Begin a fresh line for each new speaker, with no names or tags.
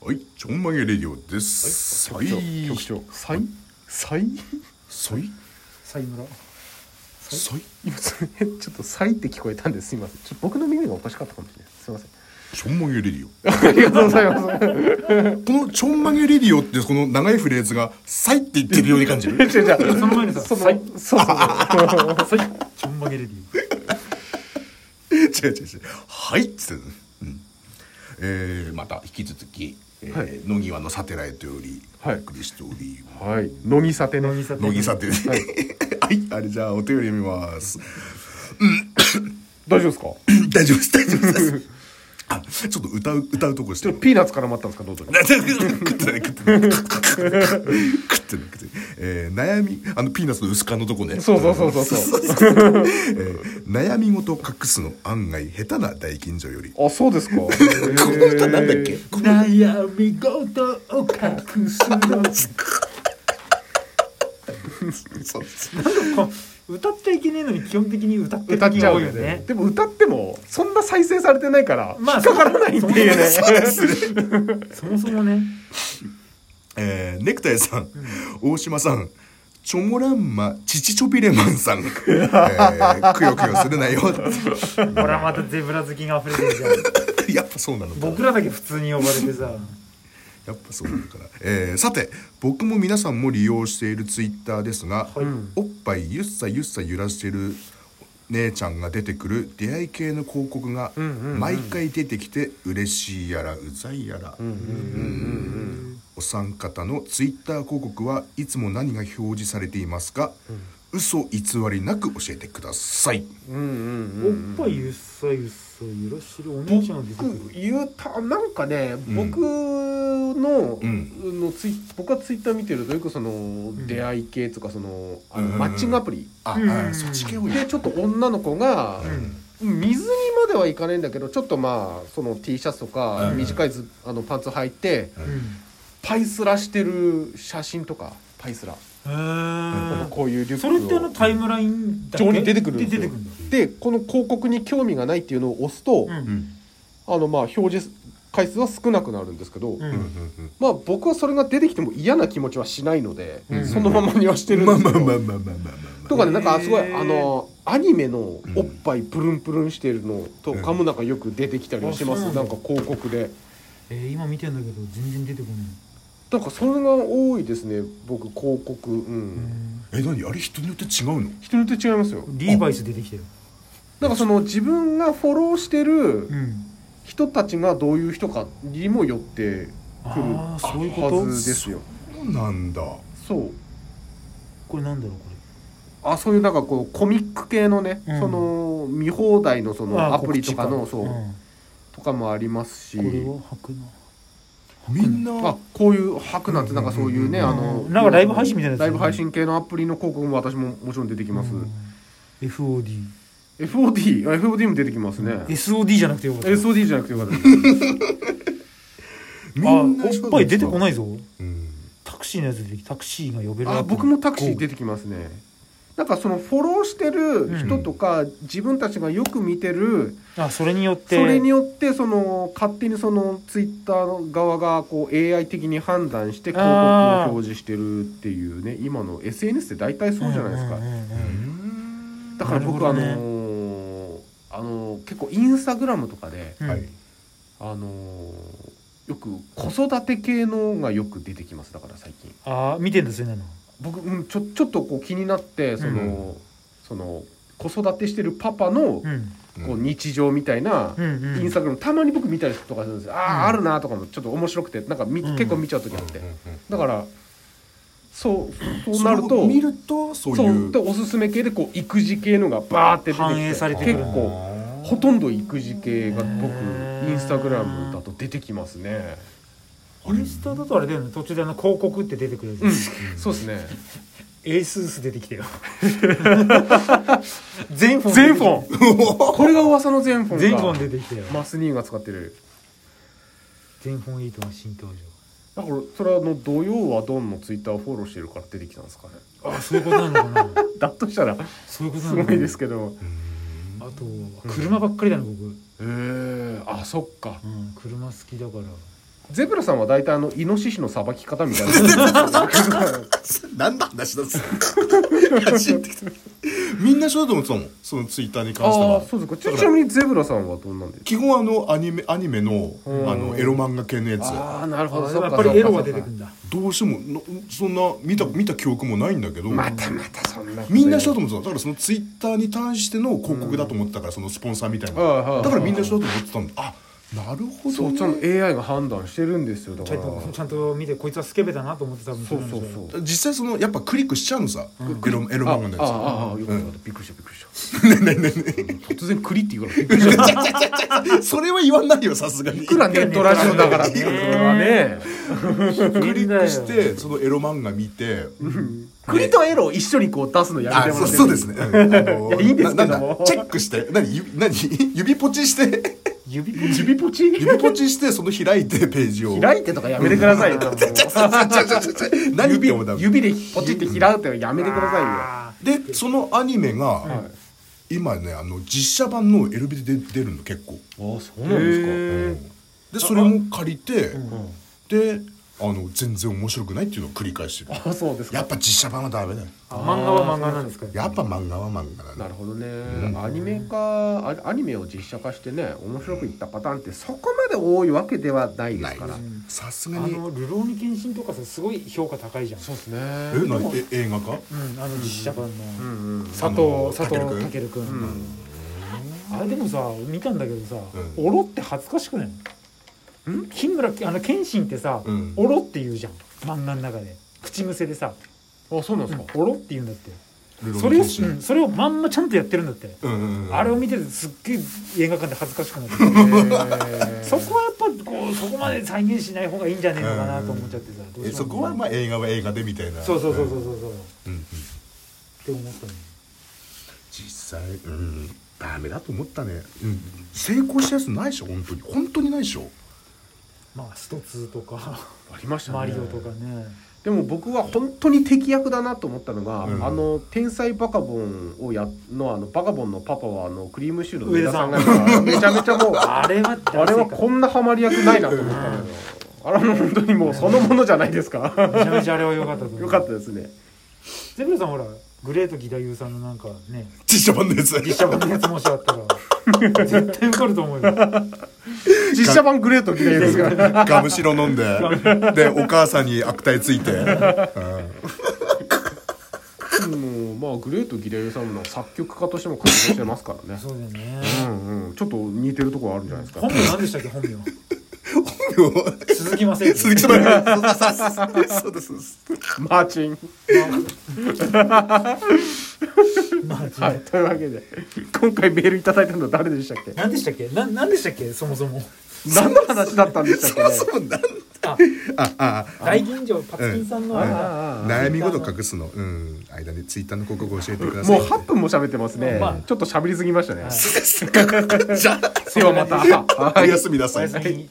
はい、ちょんまげレディオです。
局長局長サイサイ
そい、
サイ村
そい、
今それちょっとサイって聞こえたんですすいませんちょっと僕の耳がおかしかったかもしれないすいません
ちょんまげレディオ。
ありがとうございます
このちょんまげレディオって、この長いフレーズが、さいって言ってるように感 じる。
じゃじゃ
その前にさ、
その
サイ、
そうそうそう
サイ、ちょんまげレディー。
違う違う違う。はいっつってね。うん。えー、また引き続き、えー
はい
野際のサテライトより、
はい
お送りしております。
はい乃木さての
乃木さて
乃木さて、
は
はいい、あれじゃあお便り読みます。
大丈夫ですか
大丈夫です、大丈夫 です。あ、ちょっと歌う、歌うとこし
ち
て
ょっと。ピーナッツ絡まったんですか喉に
な食ってない食ってない食ってない食ってない えー悩みあのピーナッツの薄皮のとこね
そうそうそうそうそう
そうそうそうえー悩み事を隠すの案外下手な大近所よりこ
あそうですかこ
の歌なんだっけこの
悩み事を隠すの。
そう
歌っちゃいけねえのに、基本的に歌ってる
歌っ
人
ちゃ
多
う
い
よ
よ
ね
ね。
でも歌ってもそんな再生されてないから引
まあ
っかからないっていうね
そもそもね、
えーネクタイさん、大島さんチョモランマチチチョビレマンさん、えー、くよくよするな よ
ほら、またゼブラ好きが溢れてるじゃ
や
ん。
っぱそうなのだ
僕らだけ普通に呼ばれてさ。
やっぱそうだから、えーさて僕も皆さんも利用しているツイッターですが、おっぱいゆっさゆっさ揺らしてる姉ちゃんが出てくる出会い系の広告が毎回出てきて嬉しいやらうざいやら、うんお三方のツイッター広告はいつも何が表示されていますか、嘘偽りなく教えてください
おっぱいゆっさゆっさゆらしてるお姉ちゃんが出てくる。
僕言うたなんかね、僕の,、
うん
のツイ僕はツイッター見てるとよくその、出会い系とかそのあの
うん
マッチングアプリ、
あ、
うん
あそっち系を
でちょっと女の子が、
ん
水にまではいかないんだけどちょっとまあその T シャツとか、
うん
短いズあのパンツ履いて
うん。
パイスラしてる写真とかパイスラ、
へー
こういうリュック
それってあの
を
タイムラインだけ
上に出てくるん
で
です
出
よ
てくるんだ。
でこの広告に興味がないっていうのを押すと、
うん
うん
あのまあ表示回数は少なくなるんですけど、
う
うんうん
ん。
うん
まあ僕はそれが出てきても嫌な気持ちはしないので、
うん
そのままにはしてるん
ま
で
あまあ
すけど、
まあまあまあまあまあ
とかねなんかすごい
へー
あのアニメのおっぱいプルンプルンしてるのとかもなんかよく出てきたりはします、
うん
なんか広告で
えー、今見てんだけど、全然出てこない。
なんかそれが多いですね僕広告うん、
え何あれ人によって違うの
人によって違いますよ
リーバイス出てきたよ。
なんかその自分がフォローしてる
うん。
人たちがどういう人かにもよってくる
あーそういうこと
はずですよ
そうなんだ
そう
これなんだろう、これ。
あそういうなんかこうコミック系のね、
うん
その見放題のその
あ
アプリとかの
告知
そう、
ん
とかもありますし
これを履くな
みんな
あこういうハクなんてなんかそういうね、
うん
あの
なんかライブ配信みたいなやつ
ライブ配信系のアプリの広告も私ももちろん出てきます、
うん FOD
FOD あ FOD も出てきますね、
SOD じゃなくてよかったあ
SOD じゃなくてよかったです
みんな
おっぱい出てこないぞ
うん
タクシーのやつ出てきタクシーが呼べる
あ僕もタクシー出てきますねなんかそのフォローしてる人とか、自分たちがよく見てる
あそれによって
それによってその勝手にそのツイッター側がこう AI 的に判断して広告を表示してるっていうね今の SNS って大体そうじゃないですか、
うんうんうんうん
だから僕、
な
あ
る
の
ほどね
ーあのー結構インスタグラムとかで、
うん
はい
あのーよく子育て系のがよく出てきますだから最近
あー見てんだそういうの
僕、うん、ちょちょっとこう気になってその、
うん
その子育てしてるパパの
うん
こう日常みたいな
うんうん
インスタグラムたまに僕見たりとかするんですよああ、
うん
あるなとかもちょっと面白くてなんか見、
うん
結構見ちゃう時あって、だからそうそう
な
なる
ると
と
見るとそう
そ
いう
でおすすめ系でこう育児系のがバーって出てきて
反映されてくる
結構ほとんど育児系が僕インスタグラムだと出てきますね
インスタだとあれだよね途中であの広告って出てくるやつ、
うんそうですね
エースース出てきたよ全フォン
全フォ ンこれが噂の全フォンか
全フォン出てきたよ
マスニーが使ってる
全フォンエイトが新登
だ
場
からそれはあの土曜はドンのツイッターをフォローしてるから出てきたんですかね
あそういうことなのかな
だとしたら
そういうことな
す
のか
ご
ない
ですけど
あと車ばっかりだな僕、
えー、あそっか
うん、車好きだから
ゼブラさんは大体あのイノシシのさばき方みたい な
何の話だっつ って走ってきたみんなそうだと思ってたもんそのツイッターに関して
ああ
は
そうですかち
だ
な
から
ちなみにゼブラさんはどんなんですか
基本あのアニメアニメのあのエロ漫画系のやつ
ああなるほど
あ
そ
で
っ
も
か
やっぱりエロが出てくるんだ
どうしてものそんな見た見た記憶もないんだけど、
またまたそんな
みんなそう
と
だと思ってただからそのツイッターに対しての広告だと思ってたから、そのスポンサーみたいな、
はいはいはい
だからみんなそうだと思ってたんだあなるほ
そ
ど、
う
ね、
ちゃんと AI が判断してるんですよだ
ち
か
ゃ
ら
んとちゃんと見てこいつはスケベだなと思ってた
そうそうそう
実際そのやっぱクリックしちゃうのさ、エロエロ
あ
漫画の
あ
や
ああよかったびっくりしたびっくりした突然栗って言うからびっくりしたい
つ それは言わないよさす がに
くらネットラジオだから
い
ね
や
それはね
クリックしてそのエロ漫画見て
栗とエロを一緒にこう出すのやめ
あ
て
そ
もら
う
って
そうですね、うんあの
いやいいんですけども
ななんだチェックして何ゆ何指ポチ して
指ポ
ちびぽち
指ポチしてその開いてページを
開いてとかやめてくださいよ
ちょちょちょちょ何言って
指
もダメ
指でポチって開うってやめてくださいよ
でそのアニメが、今ねあの実写版のエルビで出出るの結構
あそうなんです
でそれも借りて、であの全然面白くないっていうのを繰り返してる
あそうです
や
か
っぱ実写版はダメだよ
漫画は漫画なんですか
やっぱ漫画は漫画だ
な
ね
るほどね、アニメ化アアニメを実写化してね面白くいったパターンってそこまで多いわけではないですから
ないさす
あ
がに
の「流浪に献身」とかさすごい評価高いじゃん
そうです
え
ね
何え映画か
うんあの実写版
う
の
んうん
佐
あの
藤佐藤
健
健君
ん
あれでもさ見たんだけどさ
う
おろって恥ずかしくないの
ん
金村あの謙信ってさ
うん
おろって言うじゃん漫画の中で口癖でさ
あそうなんですか、
おろって言うんだって
ルロ
それを
ケンシン
うんそれをまんまちゃんとやってるんだって
うんうんうん
あれを見ててすっげえ映画館で恥ずかしくなって
へー
そこはやっぱこうそこまで再現しない方がいいんじゃねえのかなと思っちゃってさどう
え
しようもない
そこはまあ映画は映画でみたいな
そうそうそうそうそうそうっ
うんうん
て思ったね
実際うんダメだと思ったね、うん、成功したやつないでしょ本当に本当にないでしょ
まあスト2とか
ありましたね
マリオとかね
でも僕は本当に敵役だなと思ったのが、
うん
あの天才バカボンをやのあのバカボンのパパはあのクリームシューの上田さんがやるからめちゃめちゃ もうあ
あれはあ
れはこんなハマり役ないなと思ったのよあれは本当にもうそのものじゃないです か
めちゃめちゃあれは良かったと思う
よかったですね
ゼブラさんほらグレート義太夫さんのなんかね
実写版のや つ
実写版のやつもしあったら絶対受かると思うよ
実写版グレート嫌いですから
ガムシロ飲んででお母さんに悪態ついて、
もうまあグレートギレイさんも作曲家としても活動してますからね
そうだよね
うんうんちょっと似てるところあるんじゃないですか
本名何でしたっけ本名
うん
鈴木雅之
鈴木さんそうですそうです
マーチン
まあ
はいというわけで今回メールいただいたのは誰でしたっけ
何でしたっけな何でしたっけそもそも
何の話だったんでしたっけね
そうなん
あ
ああ
大吟醸パツキンさんのあれだ
ああ
悩み事隠すのうん間でツイッターの広告教えてください
もう8分も喋ってますね、
まあ
ちょっと喋りすぎましたね、
じゃ
ではまた
あおやすみなさ
おや
い
すみ